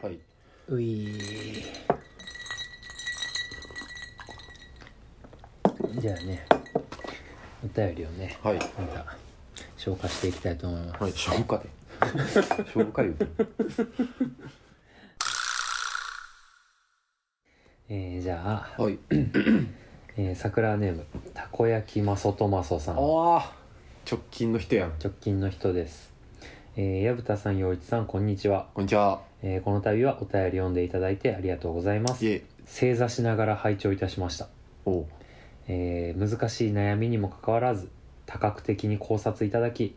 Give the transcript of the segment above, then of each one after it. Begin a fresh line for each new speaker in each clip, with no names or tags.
はい。
ういじゃあねお便りをね
はい。
また消化していきたいと思います、
はい。消 化で。消化よ。
えーじゃあ、
はい。
えー桜ネームたこ焼きまそとまそさん直
ああ。直近の人やん。
近の人ですえー矢蓋、さん陽一さんこんにちは、
こんにちは。
えーこの度はお便り読んでいただいてありがとうございま
い
す
え。
正座しながら拝聴いたしました
おう。
えー難しい悩みにもかかわらず多角的に考察いただき、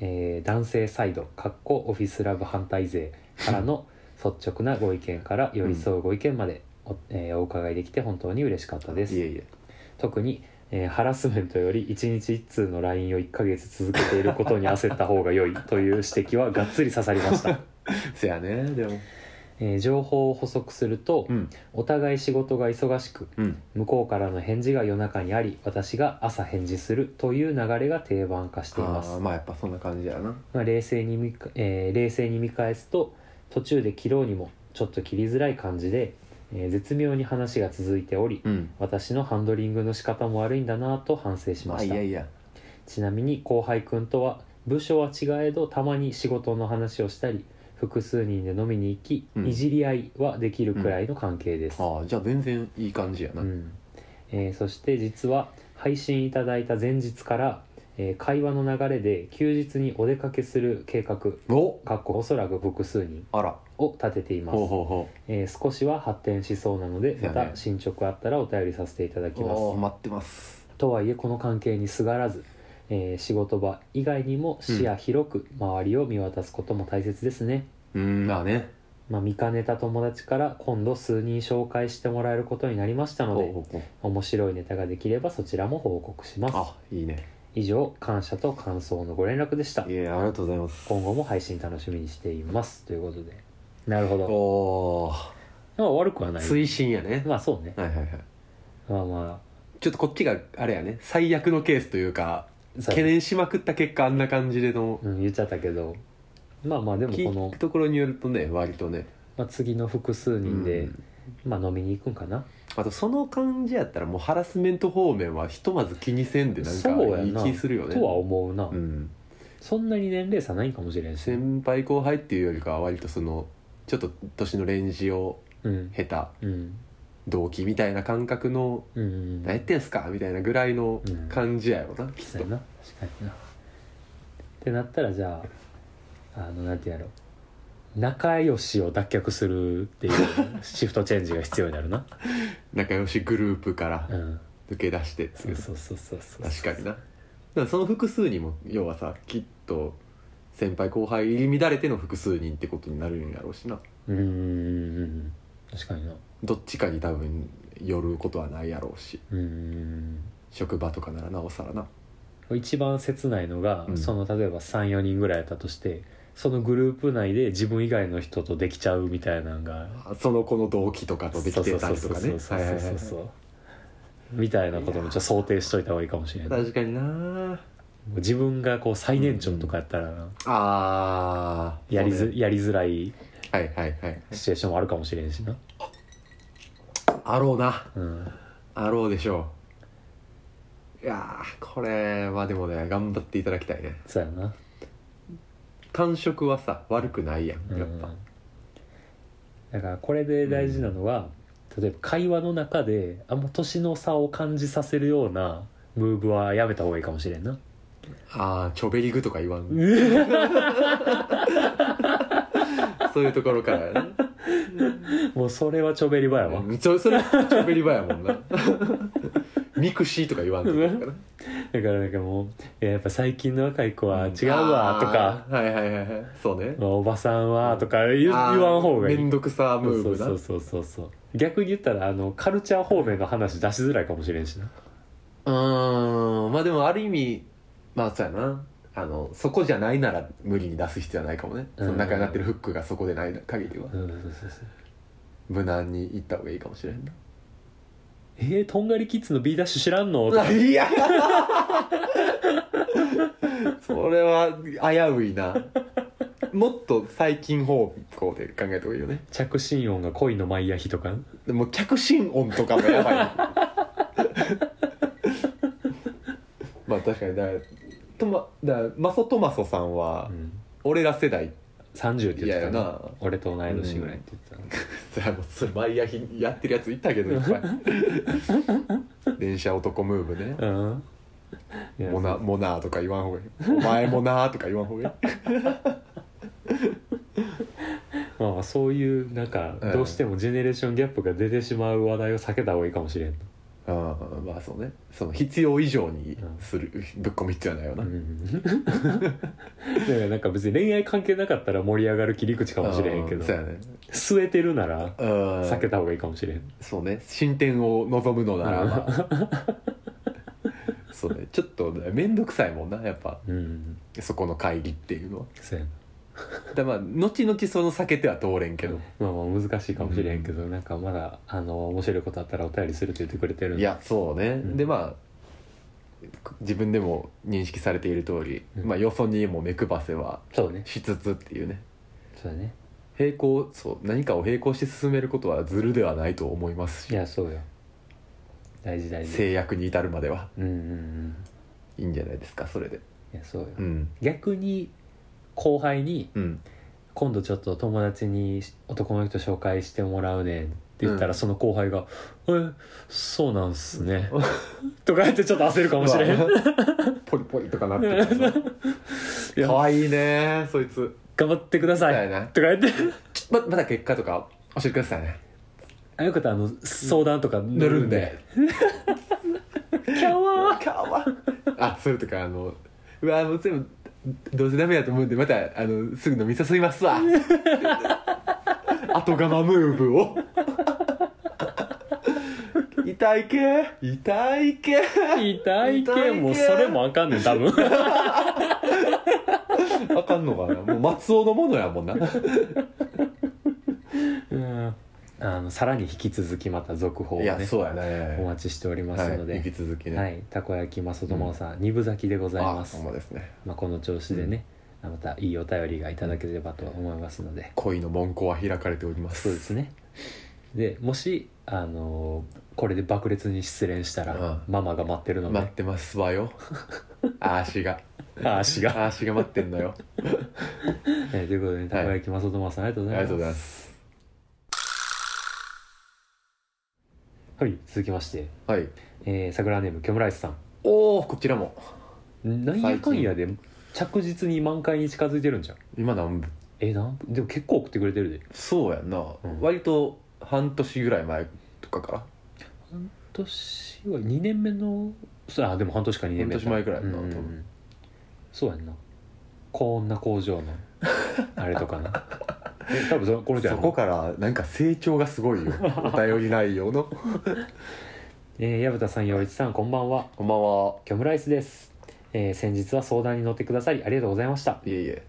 えー男性サイドかっこオフィスラブ反対勢からの率直なご意見から寄り添うご意見までお,、えーお伺いできて本当に嬉しかったで
いえ
す
いえ。
特に、えーハラスメントより1日1通の LINE を1ヶ月続けていることに焦った方が良いという指摘はがっつり刺さりました、
せやね。でも。
えー情報を補足すると、
うん。
お互い仕事が忙しく
うん。
向こうからの返事が夜中にあり私が朝返事するという流れが定番化していま
あ
す
あ、まあ、やっぱそんな感じやな。
まあ、冷静に見か、えー冷静に見返すと途中で切ろうにもちょっと切りづらい感じで、えー絶妙に話が続いており
うん。
私のハンドリングの仕方も悪いんだなぁと反省しま
まあ、
し
い
た
やいや。
ちなみに後輩くんとは部署は違えどたまに仕事の話をしたり複数人で飲みに行き、
うん
いじり合いはできるくらいの関係です、
ああ、じゃあ、全然いい感じやな。
うんえーそして実は配信いただいた前日から、えー会話の流れで休日にお出かけする計画
お。
かっこおそらく複数人
あら。
を立てています
ほう、ほうほ
えー少しは発展しそうなので
そう
ま
やね
た進捗あったらお便りさせていただき
う。
ます
おお、待ってます。
とはいえこの関係にすがらず、えー仕事場以外にも視野広く周りを見渡すことも大切ですね、
うん、まあね。
まあ、見かねた友達から今度数人紹介してもらえることになりましたの
ほう
で
ほうほう。
面白いネタができればそちらも報告します
あ、いいね。
以上感謝と感想のご連絡でした
いえ、ありがとうございます。
今後も配信楽しみにしていますということでなるほど
おお。
まあ悪くはない
推進やね。
まあそうね
はいはいはい。
まあま
ちょっとこっちがあれやね最悪のケースというか
あさ
懸念しまくった結果あんな感じでの
うん、言っちゃったけどまあまあでもこ
聞
の
く、ところによるとね割とね
まあ、次の複数人で、
うん
まあ飲みに行くんかな
あとその感じやったらもうハラスメント方面はひとまず気にせんでなんか
そうや
いい
な
気するよね
とは思うな、
うん、
そんなに年齢差ないんかもしれんし、
先輩後輩っていうよりかは割とそのちょっと年のレンジを
うん
経た
うん
同期みたいな感覚の
うんう
「
ん
何やってんすか?」みたいなぐらいの感じやろな、きっ
そう
と
やな確かになってなったらじゃああのなんてやろう仲良しを脱却す るっていうシフトチェンジが必要になるな
仲良しグループから
うん
抜け出してって
そ
いうう
そうそうそうそう
確かになだからその複数にも要はさきっと先輩後輩入り乱れての複数人ってことになるんやろうしな
うんうんうんうん確かにな
どっちかに多分寄ることはないやろうし
うんうん
職場とかならなおさらな
うん一番切ないのが、
うん
その例えば34人ぐらいやったとしてそのグループ内で自分以外の人とできちゃうみたいなのが
その子の動機とかとできてたりとかね
そうそうそうそうそうそう
はいはいはい
そうみたいなこともちょっと想定しといた方がいいかもしれない
確かにな
自分がこう最年長とかやったらな、
あー
やり
そう
づ
ね
やりづらい
はいはいはい
シチュエーションもあるかもしれんし な、
あろうな
うん、
あろうでしょういやーこれはでもね頑張っていただきたいね
そうやな、
感触はさ悪くないやん
うん、
やっぱ、
だからこれで大事なのは、例えば会話の中であんま年の差を感じさせるようなムーブはやめた方がいいかもしれ んな
ああチョベリグとか言わん そういうところからやな
もうそれはちょべり場やわ、
うんそそれチョベリバやもんなミクシーとか言わんといけないからな
だからなんかもういややっぱ最近の若い子は違うわとか、
あーはいはいはいはいそうね
おばさんはとか言言
あー
わん方がいい
めんどくさムーブな
そうそうそうそうそう逆に言ったらあのカルチャー方面の話出しづらいかもしれんしな
うーんまあでもある意味まあそうやなあのそこじゃないなら無理に出す必要はないかもね、
うん
その中になってるフックがそこでない限りは
うんそうそうそう
無難にいった方がいいかもしれんな
えー、とんがりキッズの B ダッシュ知らんのとか
いやそれは危ういなもっと最近方向で考えた方がいいよね
着信音が恋のマイヤヒとか
でも客心音とかもやばいまあ確かにだからとまだからマソトマソさんは
うん
俺ら世代
30って言ってた
嫌やな
俺と同い年ぐらいって言ってたね
それはもうそれ毎夜日やってるやついたけどいっ ぱい電車男ムーブね
うんいや
モナモナーとか言わんほうがいいお前モナーとか言わんほうがいい
まあまあそういうなんか
うん
どうしてもジェネレーションギャップが出てしまう話題を避けた方がいいかもしれん
ああまあそうねその必要以上にする、ぶっ込み必要ないよな、
うんだからなんか 別に恋愛関係なかったら盛り上がる切り口かもしれへんけ
う
ど
そうやね
据えてるなら
うん
避けた方がいいかもしれん
そうね進展を望むのなら、ま あ、 そうねちょっとね面倒くさいもんなやっぱ
うん
そこの会議っていうのは
そうやな
だからまあ後々その避けては通れんけど、
まあまあ難しいかもしれんけど、なんかまだあの面白いことあったらお便りするって言ってくれてる
い
んで
やそうね、
ん
でまあ自分でも認識されている通り、
うん
まあよそにも目くばせは
そうね
しつつっていうね
そうだね
並行そう何かを並行して進めることはずるではないと思います
い
し
やそうよ大事大事
制約に至るまでは
うんうんうん
いいんじゃないですかそれで
いやそうよ、
うん
逆に後輩に
うん
今度ちょっと友達に男の人紹介してもらうねんって言ったら、
うん
その後輩が「えそうなんすね」とか言ってちょっと焦るかもしれん、
まあ ポリポリとかなってるから
いや
かわいいねそいつ
頑張ってくださ
そう
い
やな
とか言って
ちょままだ結果とか教えてくださいね
あよかったらあの相談とか乗
乗
る
る
ん
ん
で
で
キャワー
かわあそれとかあのうわもう全部どうせダメだと思うんでまたあのすぐ飲み誘いますわ 後釜ムーブを 痛い系痛い系
痛い
痛い
け
け
もうそれもあかんねん多分
あかんのかな もう松尾のものやもんな
うんあのさらに引き続きまた続報を
い
ね
やそうや
お
ね
待ちしておりますの
はい、
で
引き、続き
はい
ね、
たこ焼きマソトモさん、二分咲きでございま
あ
す
ほんまですね
まあ、この調子でね、またいいお便りがいただければと思いますので、
恋の門戸は開かれております
そうですねでもし、あのーこれで爆裂に失恋したら、
うん
ママが待ってるので、
待ってますわ よあーしが
あ足
あ
が、
ーしが待ってんのよ
えーということで、ね、たこ焼きまさとまさんありがとう
あ
ご
り
ざ
がとう
います
ございます
はい続きまして、
はい
えー、桜ネームキョムライスさ
おおこちらも
んなんやかんやで着実に満開に近づいてるんじゃん
今何分
えー、なんでも結構送ってくれてるで
そうやんな、
うん
割と半年ぐらい前とかから
半年は2年目のそうあでも半年か2年目
半年前ぐらいだな
うんうんうん
多分
そうやんなこんな工場のあれとか なえ多分そこれじゃ
そ
ん
こからなんか成長がすご いよお便り内容の
えー矢蓋さん陽一さんこんばんは
こんばんは
キョムライスです、えー先日は相談に乗ってくださりありがとうございました、
いえいえ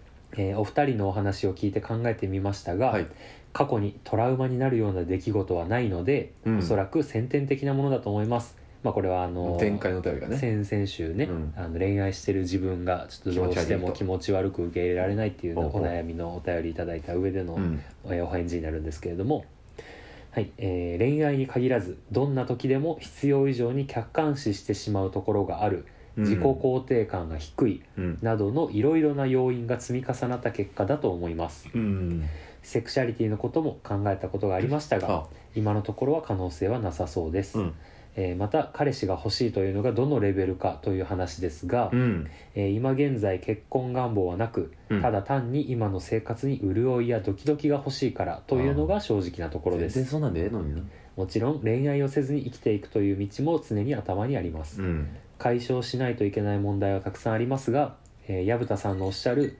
えーお二人のお話を聞いて考えてみましたが、
はい
過去にトラウマになるような出来事はないので、
うん
おそらく先天的なものだと思いますまあこれはあのー
前回のお便りがね
先々週ね、
うん
あの恋愛してる自分がちょっとどうしても気
気
持ち悪く受け入れられないっていうの
ほう
お
ほう
悩みのお便りいただいた上での
うん
えーお返事になるんですけれども、はいえー恋愛に限らずどんな時でも必要以上に客観視してしまうところがある自己肯定感が低い
うん
などのいろいろな要因が積み重なった結果だと思います
うん
セクシャリティのことも考えたことがありましたが
あ
今のところは可能性はなさそうです、
うん
えーまた彼氏が欲しいというのがどのレベルかという話ですが、
うん
えー今現在結婚願望はなく、
うん
ただ単に今の生活に潤いやドキドキが欲しいからというのが正直なところ
全
で
然
す
そんなんでええのにな
もちろん恋愛をせずに生きていくという道も常に頭にあります、
うん
解消しないといけない問題はたくさんありますが、えー、矢蓋さんのおっしゃる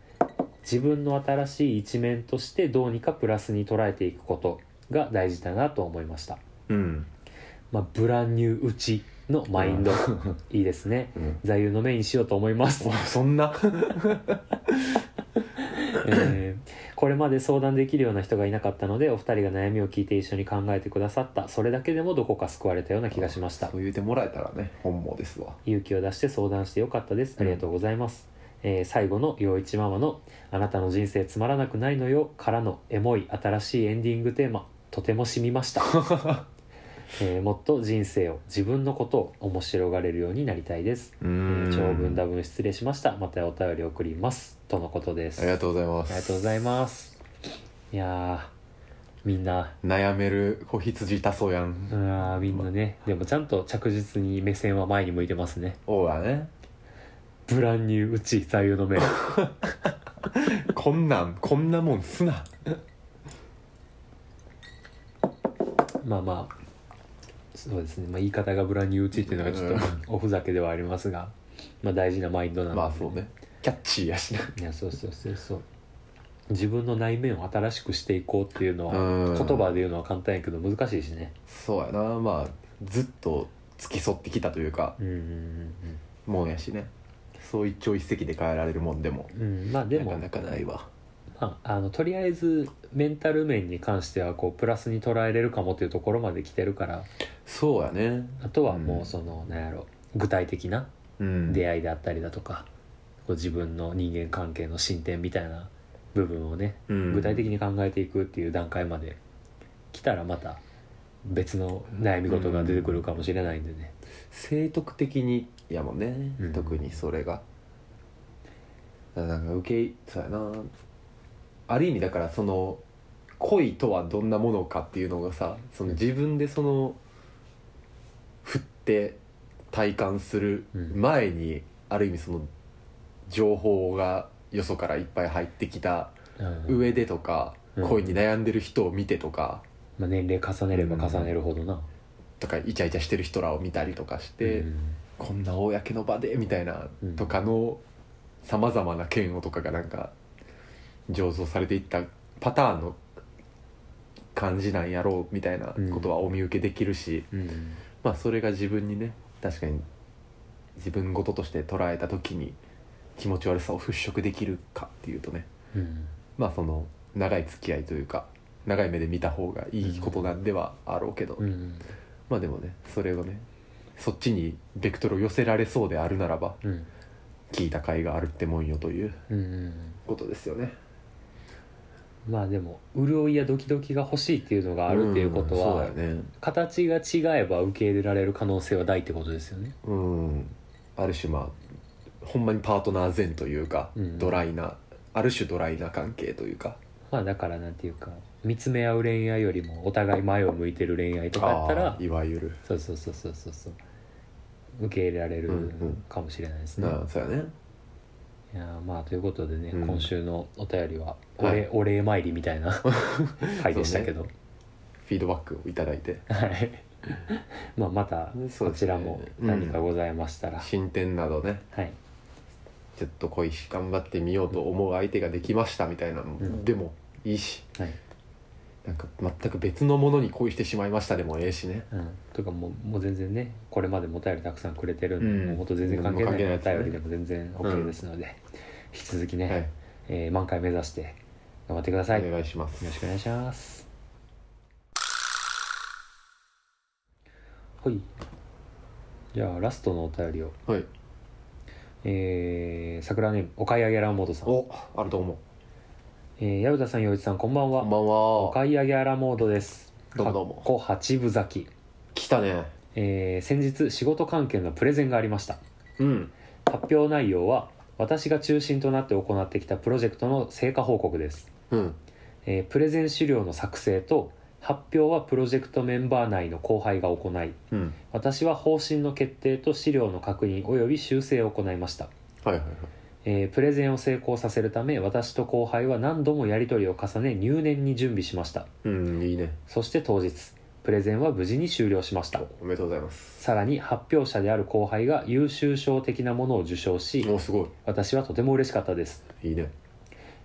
自分の新しい一面としてどうにかプラスに捉えていくことが大事だなと思いました、
うん
まあ、ブランニューうちのマインド、いいですね
うん
座右の銘にしようと思いま す
おそんな
えーこれまで相談できるような人がいなかったのでお二人が悩みを聞いて一緒に考えてくださったそれだけでもどこか救われたような気がしました
そう言うてもらえたらね本望ですわ
勇気を出して相談してよかったですありがとうございます、えー最後の陽一ママの「あなたの人生つまらなくないのよ」からのエモい新しいエンディングテーマとても染み ました、えーもっと人生を自分のことを面白がれるようになりたいです、
う
えー
ん
長文多文失礼しましたまたお便り送りますとのことです
ありがとうございます
ありがとうございますいやーみんな
悩める子羊いたそうやん、
うわーみんなねでもちゃんと着実に目線は前に向いてますね
そうだね
ブランニューうち座右の銘
こんなんこんなもんすな
まあまあそうですね、まあ、言い方がブランニューうちっていうのがちょっとおふざけではありますが、まあ、大事なマインドなので、
まあそうねキャッチーやしない
やそうそうそうそう自分の内面を新しくしていこうっていうのは
うん
言葉で言うのは簡単やけど難しいしね
そうやなまあずっと付き添ってきたというか
うんうん
もんやしねそう一朝一夕で変えられるもんでも
うんうんうんまあでも
なかなかないわ
まあ、あのとりあえずメンタル面に関してはこうプラスに捉えれるかもっていうところまで来てるから
そうやね
あとはも
う
うんその、なんやろ具体的な
うん
出会いであったりだとか、こう自分の人間関係の進展みたいな部分をね、
うん
具体的に考えていくっていう段階まで来たらまた別の悩み事が出てくるかもしれないんでね、
生徳的にやもんね、
うん
特にそれがだからなんか受けそうやなある意味だからその恋とはどんなものかっていうのがさその自分でその振って体感する前に、ある意味その情報がよそからいっぱい入ってきた
うん
上でとか、
うん
恋に悩んでる人を見てとか、
まあ、年齢重ねれば重ねるほどな、
とかイチャイチャしてる人らを見たりとかして。
うん
こんな公の場でみたいな
うん
とかのさまざまな嫌悪とかがなんか醸造されていったパターンの感じなんやろうみたいなことはお見受けできるし、
うん
まあそれが自分にね確かに自分事として捉えた時に気持ち悪さを払拭できるかっていうとね
うん
まあその長い付き合いというか長い目で見た方がいいことなんではあろうけど、
うん
まあでもねそれをねそっちにベクトルを寄せられそうであるならば
うん
聞いた甲斐があるってもんよという
うん
ことですよね
まあでも潤いやドキドキが欲しいっていうのがあるっていうことは、
うんそうだよね
形が違えば受け入れられる可能性は大ってことですよね
うんある種まあほんまにパートナー前というか、
うん
ドライなある種ドライな関係というか
まあだからなんていうか見つめ合う恋愛よりもお互い前を向いてる恋愛とかやったら
あーいわゆる、
そうそうそうそうそうそう受け入れられる
うんうん
かもしれないですね、
なあそうやね
いやーまあということでね、
うん
今週のお便りはお礼,、
はい
お礼参りみた いな回でしたけど、
フィードバックをいただいて
はいまあまた
そう
こ
です
ち
ね
らも何かございましたら、
進展など ね
はい
ちょっと恋し頑張ってみようと思う相手ができましたみたいなの、
うん
でもいいし
はい
なんか全く別のものに恋してしまいましたでもええしね
うん、とかもうもう全然ねこれまでもお便りたくさんくれてるんで、
うん
もう本当全然関係な
何
い
も関係ない
お
やつね
便りでも全然 OK ですので、引き続きね、
はい
えー満開目指して頑張ってください、
お
よ
願いします
ろしくお願いしますはいじゃあラストのお便りを
はい
えー、桜ネームお買い上げランモードさん、
おあると思う
えー、矢田さん陽一さんこんば
こ
ん
ん
は
ばん
お
は
買い上げランモードです
どうもどうも
かっこ八分咲き、
来たね
えー、先日仕事関係のプレゼンがありました
うん
発表内容は私が中心となって行ってきたプロジェクトの成果報告です、
うん
えープレゼン資料の作成と発表はプロジェクトメンバー内の後輩が行い
うん
私は方針の決定と資料の確認および修正を行いました、
はいはいはい
えープレゼンを成功させるため私と後輩は何度もやり取りを重ね入念に準備しました
うんいいね
そして当日プレゼンは無事に終了しました
おめでとうございます
さらに発表者である後輩が優秀賞的なものを受賞し
おすご
私はとても嬉しかったです
いいいね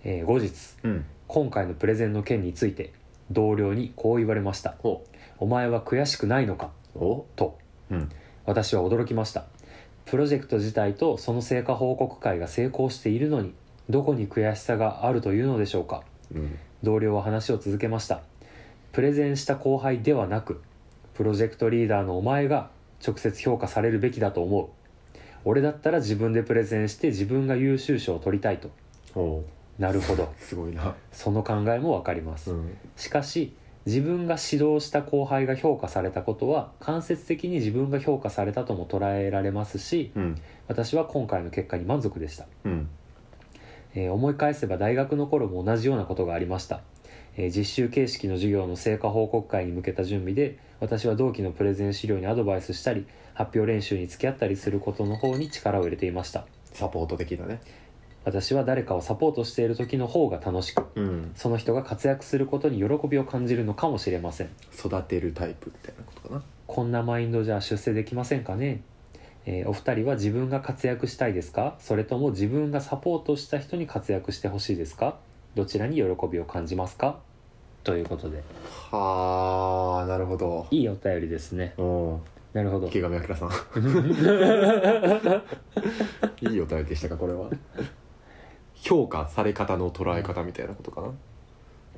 えー後日
うん
今回のプレゼンの件について同僚にこう言われました
お
「お前は悔しくないのか?
お」
と
うん
私は驚きましたプロジェクト自体とその成果報告会が成功しているのにどこに悔しさがあるというのでしょうか
うん
同僚は話を続けましたプレゼンした後輩ではなくプロジェクトリーダーのお前が直接評価されるべきだと思う俺だったら自分でプレゼンして自分が優秀賞を取りたいと
おう
なるほど
すごいな、
その考えも分かりま す、
うん、
しかし自分が指導した後輩が評価されたことは間接的に自分が評価されたとも捉えられますし
うん
私は今回の結果に満足でした、
うん
えー思い返せば大学の頃も同じようなことがありました、えー実習形式の授業の成果報告会に向けた準備で私は同期のプレゼン資料にアドバイスしたり発表練習に付き合ったりすることの方に力を入れていました
サポート的だね
私は誰かをサポートしている時の方が楽しく
うん
その人が活躍することに喜びを感じるのかもしれません
育てるタイプみたいなことかな
こんなマインドじゃ出世できませんかね、えーお二人は自分が活躍したいですかそれとも自分がサポートした人に活躍してほしいですかどちらに喜びを感じますかということで
はあなるほど
いいお便りですね
おう
なるほど
池上 彰さんいいお便りでしたかこれは評価され方の捉え方みたいなことかな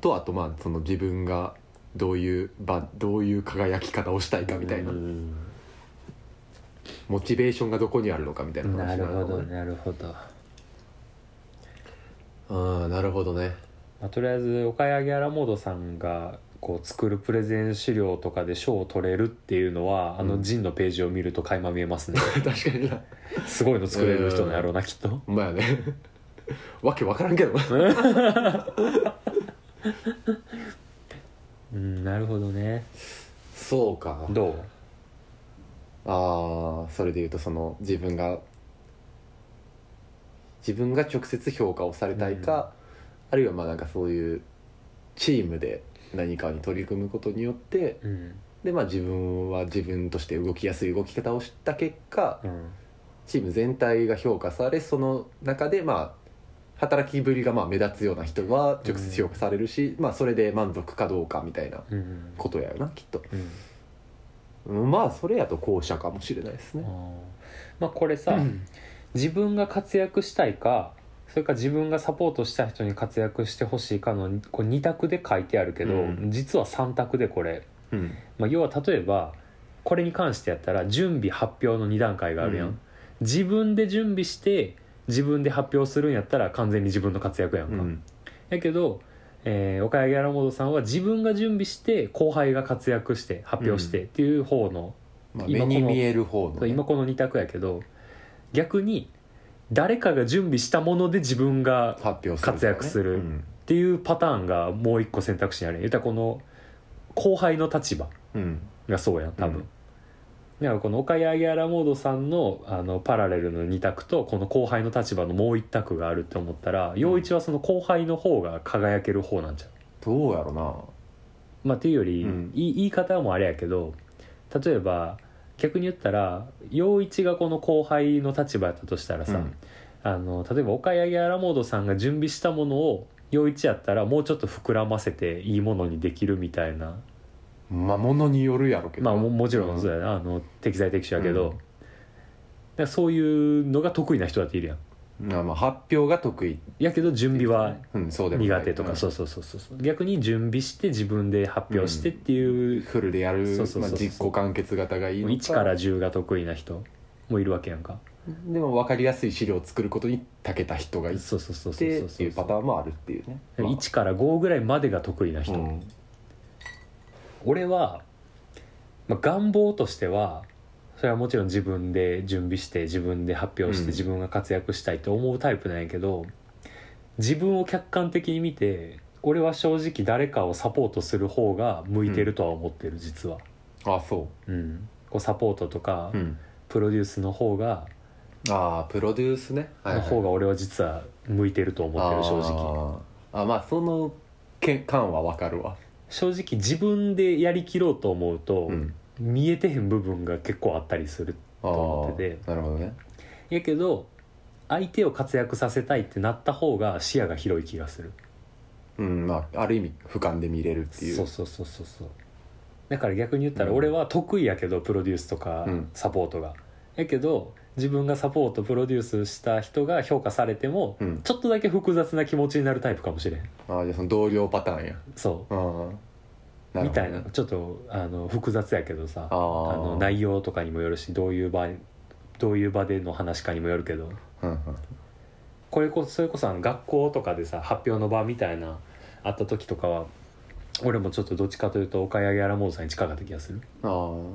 とあとまあその自分がどういう場どういう輝き方をしたいかみたいな
うん
モチベーションがどこにあるのかみたいな
な
話
る
のか
ほ
な
どなるほど、
ああなるほどね
まあ、とりあえずお買い上げアラモードさんがこう作るプレゼン資料とかで賞を取れるっていうのは、あ
う
の
ん
ジンのページを見ると垣間見えますね
確かにな
すごいの作れる人なんやろうなきっと
ほんまやねわけわからんけどな
うんなるほどね
そうか
どう
ああそれで言うとその自分が自分が直接評価をされたいか、あるいはまあなんかそういうチームで何かに取り組むことによって
うん
でまあ自分は自分として動きやすい動き方をした結果
うん
チーム全体が評価されその中でまあ働きぶりがまあ目立つような人は直接評価されるし、まあそれで満足かどうかみたいな
うん
ことやよなきっと
うん
うんまあそれやと後者かもしれないです
あ
ね、
ーまあこれさ、自分が活躍したいかそれか自分がサポートした人に活躍してほしいかのこう2択で書いてあるけど、
うん
実は3択でこれ、
うん
まあ、要は例えばこれに関してやったら準備発表の2段階があるやん、
うん
自分で準備して自分で発表するんやったら完全に自分の活躍やんか、
うん
やけど、えー、岡谷ギャラモードさんは自分が準備して後輩が活躍して発表してっていう方の、
まあ、
今
目
この
に見える方のね、
今この2択やけど逆に誰かが準備したもので自分が
発表するとかね、
活躍する
うん
っていうパターンがもう一個選択肢にある言ったらこの後輩の立場
うん
がそうやん多分、
うん
だからこの岡谷ギャラモードさんのあのパラレルの2択とこの後輩の立場のもう1択があるって思ったら陽一はその後輩の方が輝ける方なんじゃう
どうやろな
まあ、っていうより、
うん
い言い方もあれやけど例えば逆に言ったら陽一がこの後輩の立場やったとしたらさ、
うん
あの例えば岡谷ギアラモードさんが準備したものを陽一やったらもうちょっと膨らませていいものにできるみたいな
まあものによるやろけど
まあ
な
ももちろんそう
う
やな、あの適材適所やけ
う
ど、
ん
だからそういうのが得意な人だっているやん
んまあまあ発表が得意、
やけど準備は
うん、そうでもない
苦手とかそううそうそうそう逆に準備して自分で発表してってい
ん
う
フルでやる
そうそう
ま
そ
あ
うそう
実行完結型がいいのか
1から10が得意な人もいるわけやんか
でも分かりやすい資料を作ることに長けた人がい
そうそうそうそう
て
そう
って
そ
いうパタ
う
ーンもあるっていうね、まあ
1から5ぐらいまでが得意な人、
うん
俺は、まあ、願望としてはそれはもちろん自分で準備して自分で発表し
うん
て自分が活躍したいって思うタイプなんやけど、自分を客観的に見て俺は正直誰かをサポートする方が向いてるとは思ってる、実は、
あそ
うん、こうサポートとか、
う、うん、
プロデュースの方が、
ああプロデュースね、はいはい
の方が俺は実は向いてると思ってる正直
あーあまあそのけ感は分かるわ、
正直自分でやりきろうと思うと、
うん、
見えてへん部分が結構あったりする
ああ
思って
なるほどね
やけど相手を活躍させたいってなった方が視野が広い気がする
うんまあある意味俯瞰で見れるっていう
そうそうそうそうそうだから逆に言ったら
うん
俺は得意やけど、プロデュースとか
うん
サポートが、やけど自分がサポートプロデュースした人が評価されても、
うん
ちょっとだけ複雑な気持ちになるタイプかもしれん
ああじゃあその同僚パターンや
そ
あ
う
あ
みたいなちょっとあの複雑やけどさ
あー
あの内容とかにもよるしどういう場どういう場での話かにもよるけど
うんうん
これこそそれこそあの学校とかでさ発表の場みたいなあった時とかは俺もちょっとどっちかというと岡谷やらもうさんに近かった気がする
あー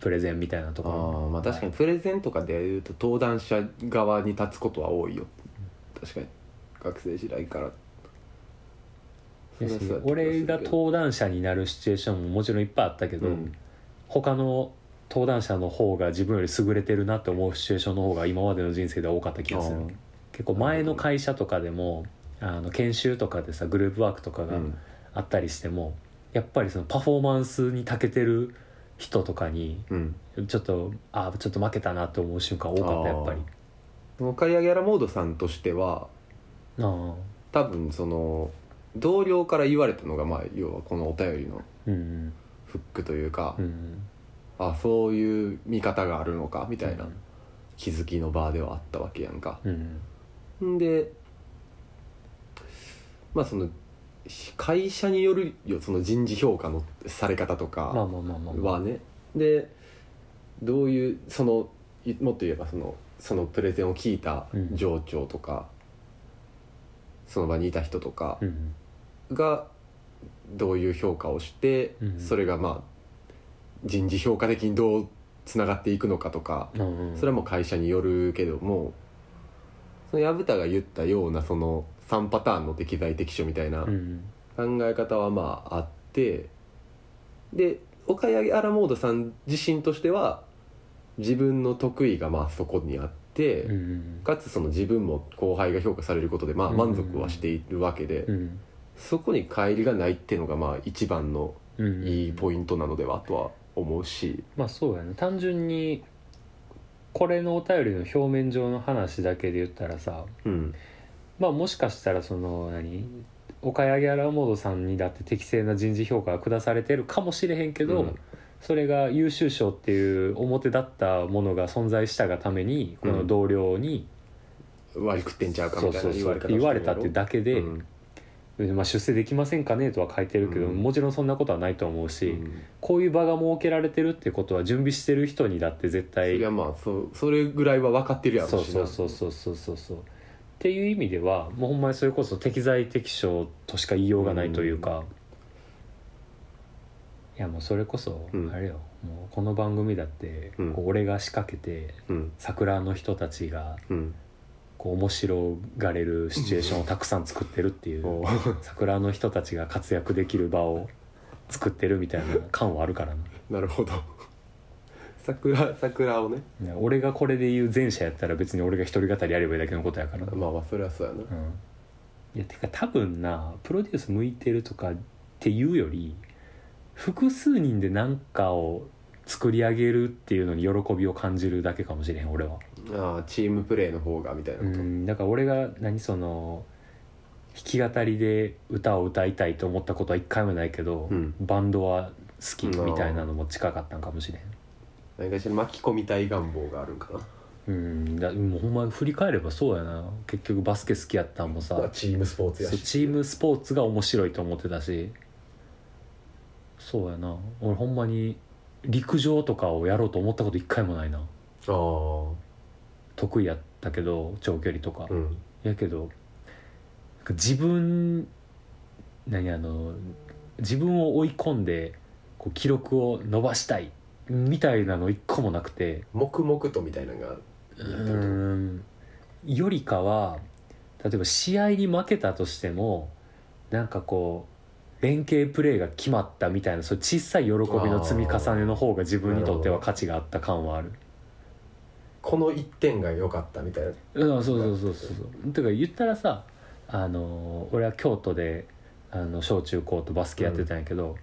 プレゼンみたいなと
あ
ころ
ーまあ確かにプレゼンとかでいうと登壇者側に立つことは多いよ確かに学生時代からそれはそうやった気するけど
やし俺が登壇者になるシチュエーションももちろんいっぱいあったけど、
うん
他の登壇者の方が自分より優れてるなって思うシチュエーションの方が今までの人生では多かった気がする
あ
結構前の会社とかでもあの研修とかでさグループワークとか
ーう
が
ん
あったりしても、やっぱりそのパフォーマンスに長けてる人とかに
うん
ちょっとあーちょっと負けたなって思う瞬間多かったやっぱり
おかり上げラモードさんとしては
ああ
多分その同僚から言われたのがまあ要はこのお便りの
うん
フックというか、
うんうん
あそういう見方があるのかみ
み
たいな気づきの場ではあったわけやんか。
うん
んでまあその会社によるよその人事評価のされ方と
まあ
か
まあまあまあまあ
はね、でどういうそのいもっと言えばそのそのプレゼンを聞いた上長とか、その場にいた人とか、
うん
がどういう評価をして、
うん
それがまあ人事評価的にどうつながっていくのかとか、
うんうん
それはもう会社によるけどもその薮田が言ったようなその3パターンの適材適所みたいな
うん
考え方はまああってで岡谷アラモードさん自身としては自分の得意がまあそこにあって、
うんうん
かつその自分も後輩が評価されることでまあ満足はしているわけで。
うん
そこに乖離がないっていうのがまあ一番の
うん
いいポイントなのではとは思うし、
まあそうやね単純にこれのお便りの表面上の話だけで言ったらさ
うん、
まあもしかしたらその何岡谷アラモードさんにだって適正な人事評価が下されてるかもしれへんけど、
うん
それが優秀賞っていう表だったものが存在したがためにこ
うん
の同僚に
悪くってんちゃうか
そ
みた
う
い
そ
な
う
言
そ
われ
うって
た
言われたっていう
だ
だけ
け
で、まあ、出世できませんかねとは書いてるけど、
うん
もちろんそんなことはないと思うし、こういう場が設けられてるってことは準備してる人にだって絶
そ
対
りゃまあそそれぐらいは分かってるやろ
そう
しな
そうそうそうそうそうそうっていう意味ではもうほんまにそれこそ適材適所としか言いようがないというか、いやもうそれこそ
うん
あれよ、もうこの番組だって
うん
こう俺が仕掛けて
うん
桜の人たちが
うん
こう面白がれるシチュエーションをたくさん作ってるっていう、
おう
桜の人たちが活躍できる場を作ってるみたいな感はあるからな。
なるほど 桜桜をね
いや俺がこれで言う前者やったら別に俺が一人語りやればいいだけのことやから
まあまあそれはそうやな
うんいやてか多分なプロデュース向いてるとかっていうより複数人で何かを作り上げるっていうのに喜びを感じるだけかもしれへん俺は、
ああチームプレーの方がみたいな
う
こと、
ん、だから俺が何その弾き語りで歌を歌いたいと思ったことは一回もないけど、
うん
バンドは好きみたいなのも近かったんかもしれん
何かしら巻き込みたい願望があるんかな
うんだもうほんま振り返ればそうやな結局バスケ好きやったんもさ
まあチームスポーツや
そう
し
チームスポーツが面白いと思ってたしそうやな俺ほんまに陸上とかをやろうと思ったこと一回もないな
ああ
得意やったけど長距離とか、
うん
やけどなんか自分何あの自分を追い込んでこう記録を伸ばしたいみたいなの一個もなくて、
黙々とみたいなのが
う
やってると
ーんよりかは例えば試合に負けたとしてもなんかこう連携プレーが決まったみたいなそういう小さい喜びの積み重ねの方が自分にとっては価値があった感はある。
この1点が良かったみたいな
うん、そうそうそうそうそうてか言ったらさあの俺は京都であの小中高とバスケやってたんやけど、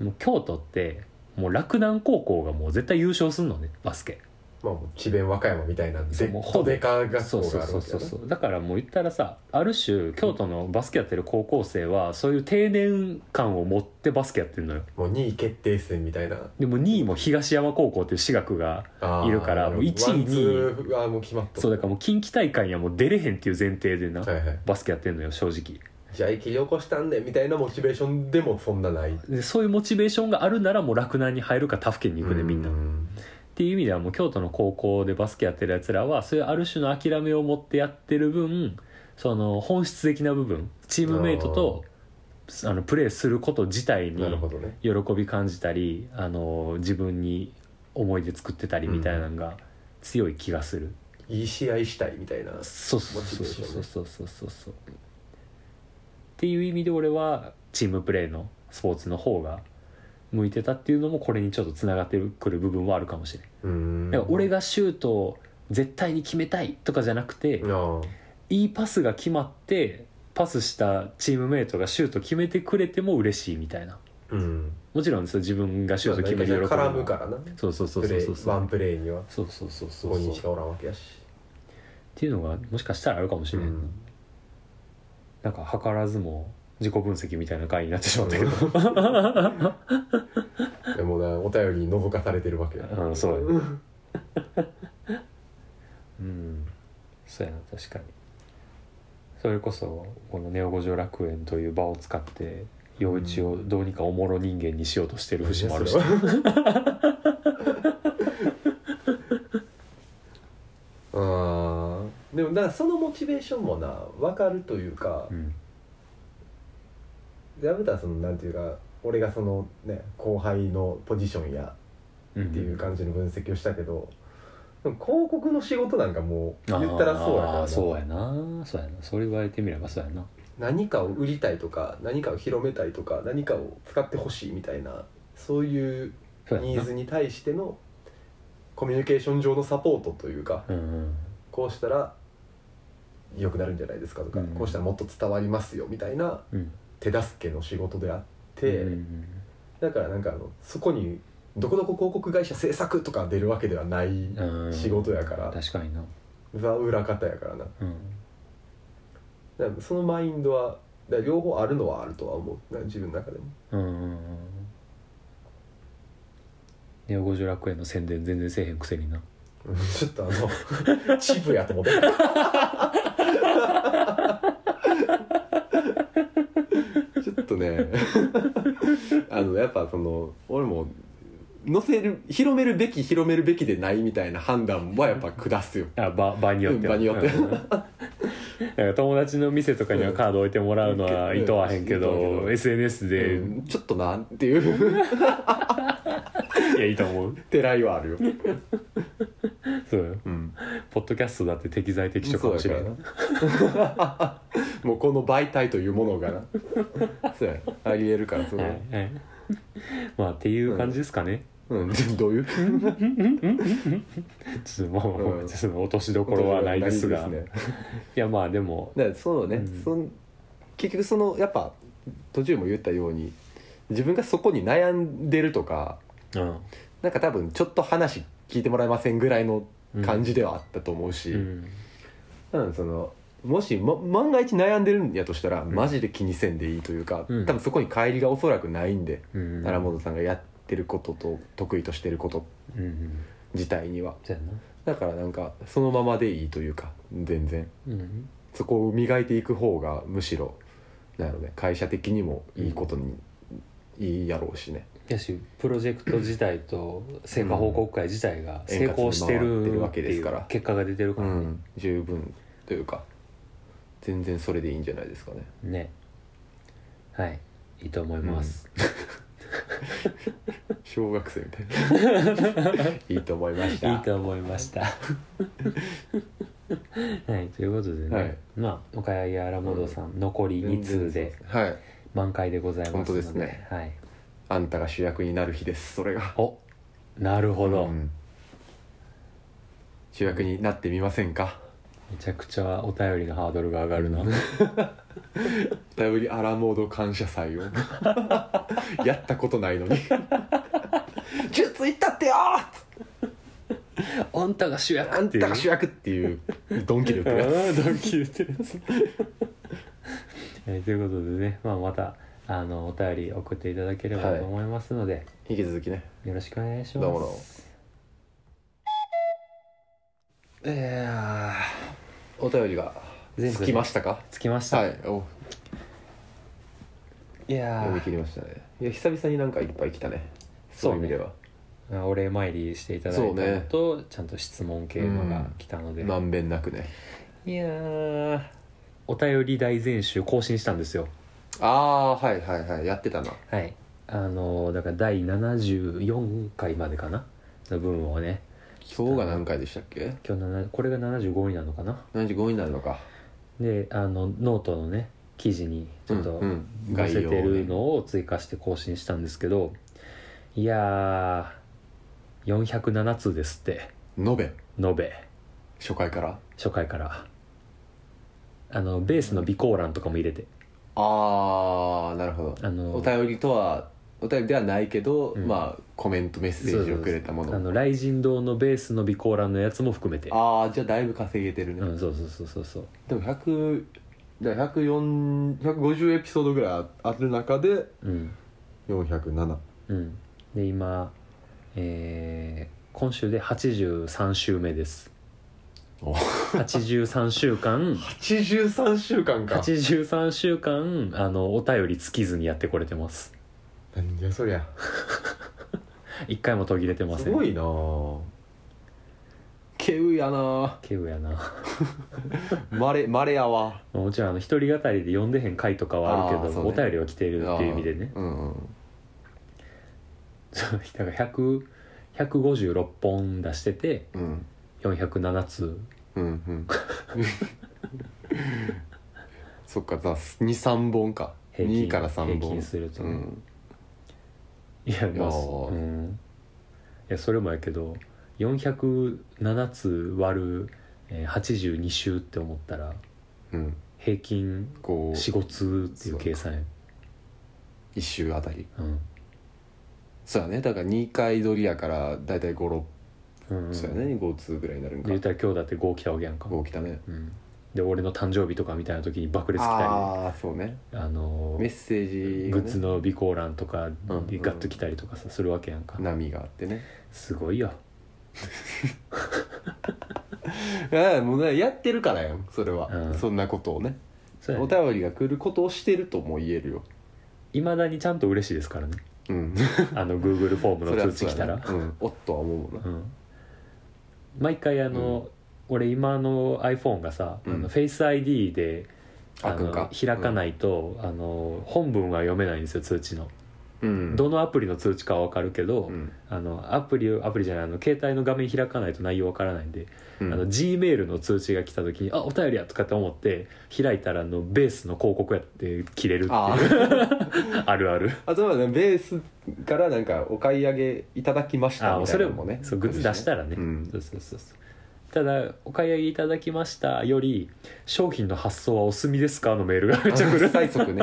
もう京都ってもう洛南高校がもう絶対優勝するのねバスケ。
まあ、もう智弁和歌山みたいな
そ
で
うもう
っとでか学
そう
校
そう
がある
そ
わ
う
け
そ
や
う
な
そうだからもう言ったらさある種京都のバスケやってる高校生はそういう定年感を持ってバスケやってるのよ
もう2位決定戦みたいな
でも2位も東山高校っていう私学が
あー
いるからもう一位
ワンツーはもう決まった
そうだからもう近畿大会にはもう出れへんっていう前提でな、
はいはい
バスケやってんのよ正直
じゃあ生き残したんでみたいなモチベーションでもそんなない
でそういうモチベーションがあるならもう洛南に入るか他府県に行くねみんな
う
っていう意味ではもう京都の高校でバスケやってるやつらはそういうある種の諦めを持ってやってる分その本質的な部分チームメイトとあのプレーすること自体に
なるほどね
喜び感じたりあの自分に思い出作ってたりみたいなのが強い気がする、
いい試合したいみたいな
そうそう
モチ
そ
ベ
う
ーション
そう
ね
そうそうそうそうっていう意味で俺はチームプレーのスポーツの方が向いてたっていうのもこれにちょっとつながってくる部分はあるかもしれない
うん
だから俺
が
がシュートを絶対に決めたいとかじゃなくて、
あ
いいパスが決まってパスしたチームメイトがシュート決めてくれても嬉しいみたいな
あうん
もちろんそう自分がシュート決める喜びも
絡むからな
そうそうそう
プ
そ
レ
う
イ
そう
ワンプレーには
そうそうそうそう
5人し
っ
かおらんわけやし
ていうのがもしかしたらあるかもしれない、
うん
なんか図らずも自己分析みたいな回になってしまったけど、
でもなお便りに覗かされてるわけ や
うん、そうやねうんそうやな確かにそれこそこの「ネオ五条楽園」という場を使って陽一をどうにかおもろ人間にしようとしてる節もある し、
あーでもだからそのモチベーションもな分かるというか
うん、
やめたらそのなんていうか俺がそのね後輩のポジションや
っ
っていう感じの分析をしたけど、でも広告の仕事なんかもう言ったらそうやからな
そうやなそうやなそれ言われてみればそうやな
何かを売りたいとか何かを広めたいとか何かを使ってほしいみたいなそういう
そうや
ニ
な
ーズに対してのコミュニケーション上のサポートというか
うんうん
こうしたら良くなるんじゃないですかとか、
うん
こうしたらもっと伝わりますよみたいな
うん
手助けの仕事であって、
うんうん
だからなんかあのそこに「どこどこ広告会社制作」とか出るわけではない
うん
仕事やから
確かにな
ザ裏方やからな
うん
だからそのマインドはだから両方あるのはあるとは思うな自分の中でも
うんうんうんネオ五条楽園の宣伝全然せえへんくせにな
うん ちょっとあの チブやと思ってちょっとね あのやっぱその俺も載せる広めるべき広めるべきでないみたいな判断はやっぱ下すよ
あ場場によっては
うん場によっては
うんなんか友達の店とかにはカード置いてもらうのは
うん
いとわへんけ
いとわへんけ
ど
ど
SNS で、
うん ちょっとなっていう
いやいいと思う
てらいはあるよ、
そうよ
うん、
ポッドキャストだって適材適所かもしれない
そうやから なもうこの媒体というものがなそうやありえるからそ
は
の、
いはい まあっていう感じですかね、
うん、どういう
ちょっとまあまあまあ、
うん
その落としどころはないですが
ないね
いやまあでも
だからそうね、
うん
そん結局そのやっぱ途中も言ったように自分がそこに悩んでるとか
うん
なんか多分ちょっと話聞いてもらえませんぐらいの感じではあったと思うし、
うん
うん、そのもし、ま、万が一悩んでるんやとしたら、マジで気にせんでいいというか、
うん
多分そこに帰りがおそらくないんで、
うん
奈良本さんがやってることと得意としてること
うんうん
自体には
そうやな
だからなんかそのままでいいというか全然
うん
そこを磨いていく方がむしろなので会社的にもいいことに、いいやろうしね
やしプロジェクト自体と成果報告会自体が成功して
円滑に回ってる
るっ
わ
て
けで
い
すから
う結果が出てる
う
からね,、
ん十分というか全然それでいいんじゃないですかね
ねはいいいと思います、
小学生みたい ないいと思いました
いいと思いました はいということでね、
はい
まあ岡谷やラモドさん、残り2通で
はい
満開でございます
本当
ので
ですね
はい、
あんたが主役になる日ですそれが
おなるほど、
うん主役になってみませんか
めちゃくちゃお便りのハードルが上がるな、
うんだよりアラモード感謝 祭をやったことないのに「ジュツ行ったってよ!」
あんたが主役
あん
っていう
たが主役っていうドンキで言ってるや
うんドンキ言ってるやつ、えーということでね、まあ、またあのお便り送っていただければと思いますので、
つ引き続きね
よろしくお願いします
どうもどうもいやーお便りが
全部
つきましたか
着きました、
はいお
いや
読み
ー
切りましたねいや久々になんかいっぱい来たねそういう意味では
お礼参りしていただいたのと、ちゃんと質問系のが来たので、
まんべんなくね
いやーお便り大全集更新したんですよ
ああーはいはいはいやってたな
はいあのーだから第74回までかなの分をね
今日が何回でしたっけ
今日7これが75になるのかな
75になるのか
であのノートのね記事にちょっと
うんうん
載せて
概要をね
るのを追加して更新したんですけど、いやー407通ですって
延べ
延べ
初回から
初回からあのベースの備考欄とかも入れて
ああなるほど
あの
お便りとはお便りではないけど、
うん
まあコメントメッセージをくれたも
そうそうそうあ
の
の雷神堂のベースの備考欄のやつも含めて
ああじゃあだいぶ稼げてるね、
うんそうそうそうそうそう
でも100だから104 150エピソードぐらいある中で
うん
407
うんで今えー今週で83週目です
お
83週間
83週間か
83週間あのお便り尽きずにやってこれてます
何じゃそりゃ
一回も途切れてません
すごいなあ稀有やな
稀有やな
まれまれやわ
もちろんあの一人語りで読んでへん回とかはある
あ
け
ー
ど、
そうね
お便りは来てるっていう意味でね
うんうん
そう だから100 156本出してて
うん
407通
うんうん そっか23本か
平均
2から3本
平均するとね
うん
いやまあ
いやー
うんいやそれもやけど407通割る、えー、82週って思ったら
うん
平均
こう
45通っていう計算や
1週あたり
うん
そうやねだから2回取りやから大体56
うんうん
そうやね5通ぐらいになるん
言う
か
たら今日だって5来たわけやんか、
5来たね
うん、で俺の誕生日とかみたいな時に爆裂来たりあ
ああーそうね
のー
メッセージ
グ
がね
ッズの備考欄とか
うん
でガッと来たりとかさするわけやんか
波があってね
すごいよ
ああもうねやってるからやんそれは、
うん
そんなことをね
そ
お
うやね
便りが来ることをしてるとも言えるよ
いまだにちゃんと嬉しいですからね
うん
あの Google フォーム
それ
の
は
通知来たら
そうやねうん、おっとは思うもんな
うん毎回あの、俺今の iPhone がさ、
うん
あの FaceID であ
開く
の
んか
開かないと、あの本文は読めないんですよ通知の、
うん
どのアプリの通知かは分かるけど、
うん
あのアプリアプリじゃないあの携帯の画面開かないと内容わからないんで、
うん
あの G メールの通知が来た時に「あお便りや!」とかって思って開いたらあのベースの広告やって切れるっていう
あ
あ
ー
る ある
あとはねベースからなんかお買い上げいただきました
あ
みた
そ
いな
れ
のも
も
ね
ねそうグッズ出したらね、
うん
そうそうそうそうただ「お買い上げいただきました」より「商品の発送はお済みですか?」のメールがめっちゃ来 る
最速ね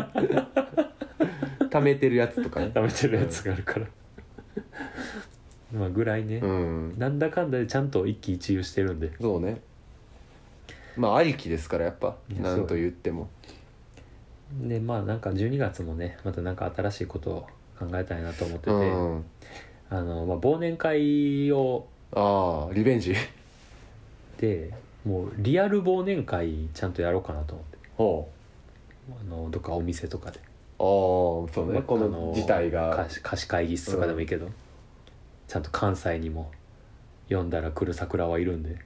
貯めてるやつとかね
食べてるやつがある からまあぐらいね、
うん
なんだかんだでちゃんと一喜一憂してるんで
そうねまあありきですからやっぱ
いや
なんと言っても
でまあなんか12月もねまたなんか新しいことを考えたいなと思ってて、
うん
あのまあ、忘年会を
ああリベンジ
でもうリアル忘年会ちゃんとやろうかなと思って
ほ
あのどっかお店とかで
うああそう
ま
ね
あ
こ
あ
の
の
事態が
貸し貸し会議室とかでもいいけど、ちゃんと関西にも読んだら来る桜はいるんで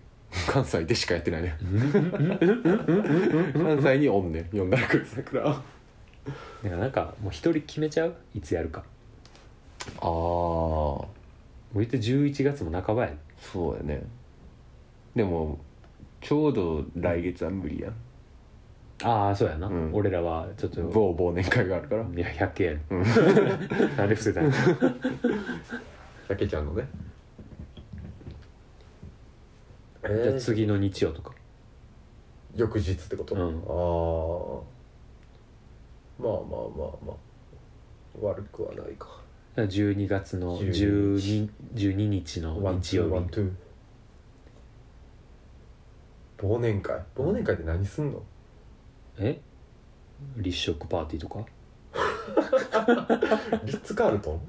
関西でしかやってないね関西におんねん呼んだら来る桜あ
だからなんかもう一人決めちゃういつやるか
あそ
もう言って11月も半ばやね
うやねでもちょうど来月は無理やん
ああそうやな、
うん
俺らはちょっと
某忘年会があるから
いや100件やね、
うん
なんで伏せたんや
たけちゃんのねえ
じゃあ次の日曜とか
翌日ってこと、ああまあまあまあまあ悪くはないか
12月の12
12
12日の日曜日
トゥー忘年会忘年会って何すんの
え立食パーティーとか
リッツ・カールトン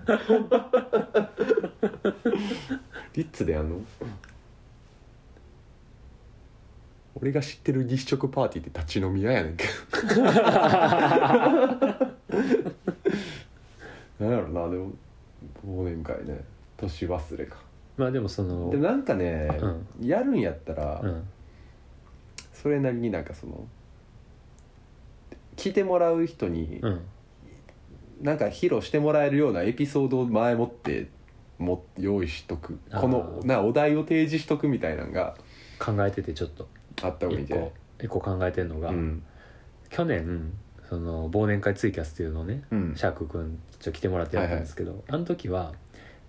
リッツでやんの俺が知ってる日食パーティーって立ち飲み屋やねんけどなんやろなでも忘年会ね年忘れか
まあでもその
でもなんかね、
うん
やるんやったら、
うん
それなりになんかその聞いてもらう人に、
うん
なんか披露してもらえるようなエピソードを前もっても用意しとく
あー
このなお題を提示しとくみたいなのが
考えててちょっと
あった方がいいん
一
じゃない
個一個考えてるのが、
うん
去年その忘年会ツイキャスっていうのをね
うん
シャークくんちょっと来てもらってやったんですけど、あの時は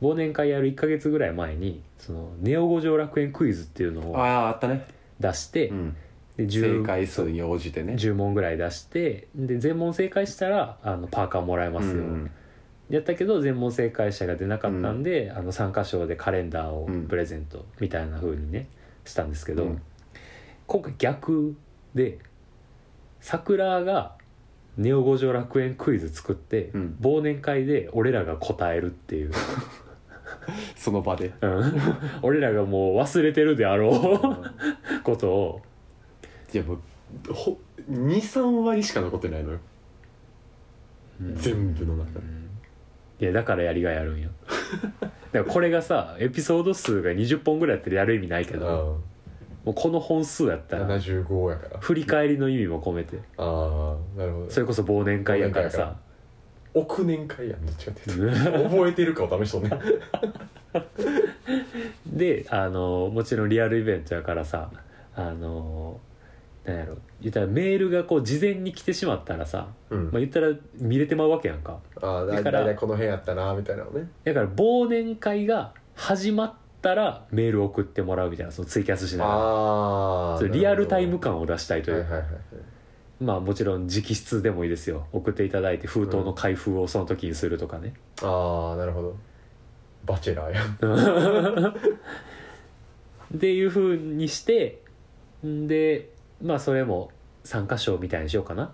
忘年会やる1ヶ月ぐらい前にそのネオ五条楽園クイズっていうの
あ
を
ああったね、
出して、
うん、
で 10,
正解数に応じてね
10問ぐらい出してで全問正解したらあのパーカーもらえますよ、
うん
やったけど全問正解者が出なかったんで、あの参加賞でカレンダーをプレゼントみたいな風にねしたんですけど、
うん
今回逆で桜がネオ五条楽園クイズ作って、
うん
忘年会で俺らが答えるっていう、
その場で
うん 俺らがもう忘れてるであろうことを
いやもうほ23割しか残ってないのよ全部の中で
いやだからやりがいあるんよだからこれがさエピソード数が20本ぐらいやったらやる意味ないけどもうこの本数やったら
75やから
振り返りの意味も込めて
ああなるほど
それこそ忘年会やからさ
億年会やんどっちかっていう
うん
と覚えてるかを試しとんね
であのもちろんリアルイベントやからさあのなんやろ言ったらメールがこう事前に来てしまったらさ、
うん
まあ、言ったら見れてまうわけやんか
ああ
だから
この辺やったなみたいなのね
だから忘年会が始まったらメール送ってもらうみたいなそのツイキャスしながら
あ
そうリアルタイム感を出したいという、
はいはい
まあもちろん直筆でもいいですよ送っていただいて封筒の開封をその時にするとかね、
ああなるほどバチェラーやん
っていうふうにしてんでまあそれも参加賞みたいにしようかな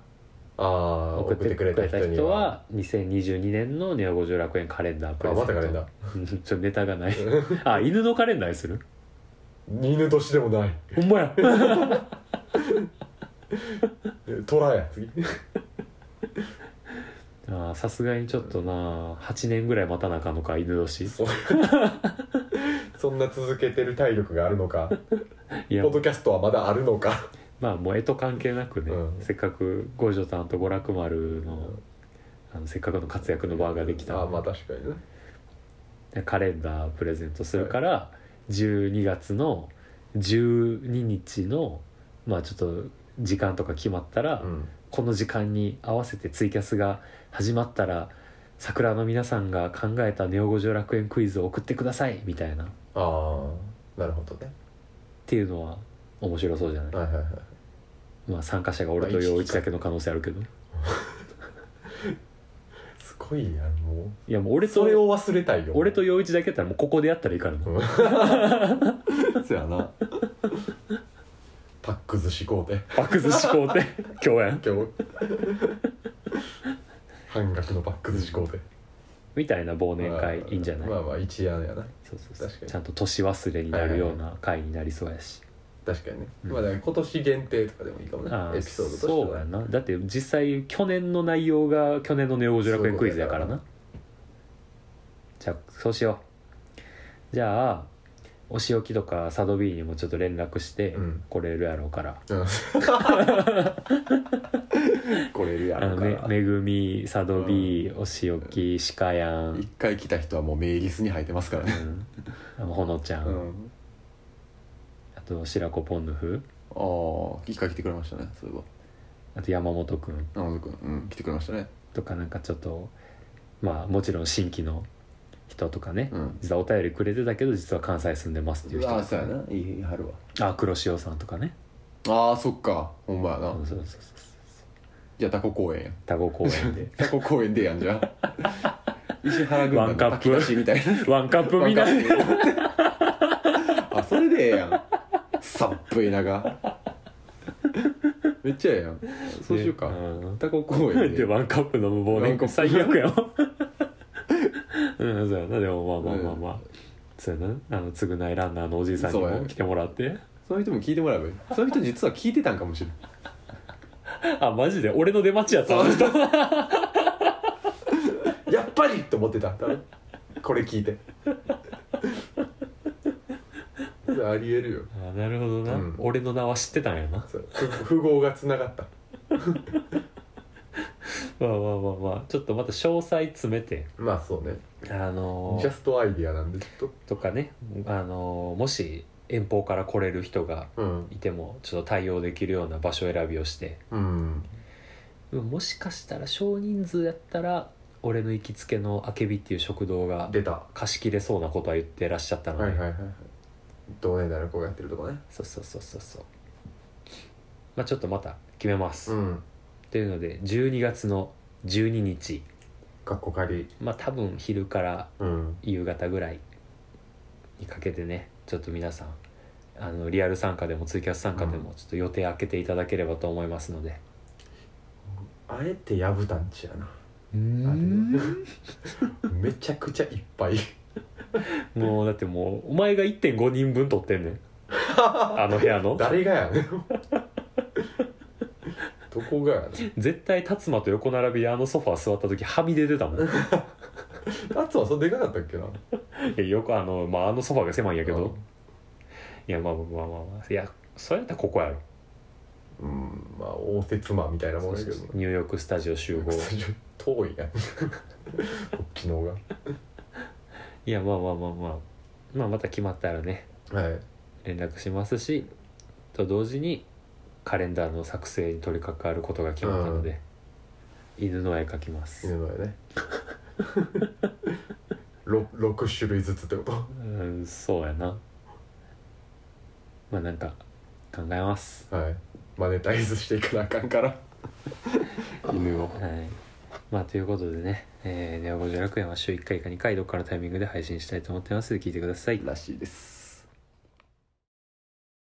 ああ
送ってくれた人は2022年のネオ五十楽園カレンダープレゼント
だ
ちょっとネタがないあ犬のカレンダーにする
犬年でもない
ほんまや
虎や次
あーさすがにちょっとな8年ぐらい待たなあかんのか犬年
そんな続けてる体力があるのか
いや
ポッドキャストはまだあるのか
まあもう絵と関係なくね、
うん
せっかく五条さんと五楽丸のあのせっかくの活躍の場ができた、
ああまあ確かにね
でカレンダープレゼントするから、12月の12日のまあちょっと時間とか決まったら、
うん
この時間に合わせてツイキャスが始まったら桜の皆さんが考えた「ネオ五条楽園クイズ」を送ってくださいみたいなっ
ああなるほどね
ていうのは面白そうじゃない、
はいはいはい
まあ参加者が俺と陽一だけの可能性あるけど
すごいやんも
いやもう俺
う
と
それを忘れたいよ
俺と陽一だけやったらもうここでやったらいいからな
そやな パック寿司行こうで
パク寿司工 程共演
今日 半額のパック寿司行こうで
みたいな忘年会
まあ
いいんじゃない、
まあまあ一夜やな
そうそうそう
確かに
ちゃんと年忘れになるような回になりそうやし、
確かにね、
うん
まあだから今年限定とかでもいいかもね
ああ
エピソードとしては
そうやなだって実際去年の内容が去年の「ネオ・ジュラクエンクイズ」やからなじゃあそうしようじゃあお仕置きとかサドビーにもちょっと連絡して、
うん
来れるやろうから
うん 来れるや
あ
ろ
の
か
め
ら
めぐみサドビー、お仕置きシカヤン、
一回来た人はもうメイリスに入ってますからね
あのほのちゃん、
うん
あと白子ポンヌフ
ああ一回来てくれましたねそういえば
あと山本くん
山本君うん来てくれましたね
とかなんかちょっとまあもちろん新規の人とかね、
うん
実はお便りくれてたけど実は関西住んでますっていう人
ああ
と
そう
か
や
ね、
ないいはるわ
あ黒潮さんとかね
ああそっかほんまやな、
そうそうそうそう
じゃあタコ公園や
多語公 園で
タコ公園でやん じゃん石原軍
ワ
団
ンカ
の
ッ
炊き
プ
出しみたいな
ワンカップ見ない
わかんねえあそれでええやんさっぷいながめっちゃええやんそうしようか
ん
タコ公園で
でワンカップ飲む忘年会
ワン
最
カッ
悪やんうんそうやなでもまあまあまあまあ、そうやなあの償いランナーのおじいさんに
そうや
も
ね
来てもらって
その人も聞いてもらえばいいその人実は聞いてたんかもしれない
あマジで俺の出待ちやったあの人
やっぱりと思ってた多分これ聞いてそれありえるよ
あなるほどな、
うん
俺の名は知ってたんやな
そうふ符号がつながった
まあまあまあまあちょっとまた詳細詰めて
まあそうね
あのー
ジャストアイディアなんでちょっ
とかねあのーもし遠方から来れる人が
とうん
いてもちょっと対応できるような場所選びをして
うん
うんもしかしたら少人数やったら俺の行きつけのあけびっていう食堂が
出たは
貸し切れそうなことは言ってらっしゃった
い
ので、
はいはいはい同年代の子がやってるとこね
そうそうそうそうそうまあちょっとまた決めます、
うん
というので12月の12日
かっこかり
まあ多分昼から
うん
夕方ぐらいにかけてねちょっと皆さんあのリアル参加でもツイキャス参加でもちょっと予定空けていただければと思いますので、
あえてやぶたんちやなあれめちゃくちゃいっぱ い
もうだってもうお前が1.5人分取ってんね んあの部屋の
誰が やねんどこがやねん
絶対達馬と横並びであのソファー座った時はみ出て たもんい
あつはそんでかかったっけな
やよくあの,、まあ、あのソファーが狭いんやけど、
うん
いやまあまあまあまあまあいやそうやったらここやろ
うんまあ応接間みたいなもんだけど
ニューヨークスタジオ集合
遠いやん機能
いやまあまあまあまあまあまた決まったらね
がはい
連絡しますしと同時にカレンダーの作成に取り掛かることが決まったので、犬の絵描きます、
犬の絵 ねろ六種類ずつってこと
うん、そうやなまあなんか考えます
はいマネタイズしていかなあかんから犬を
はいまあということでね「えー、ネオゴジラクエン」は週1回か2回どっかのタイミングで配信したいと思ってますので聞いてください
らしいです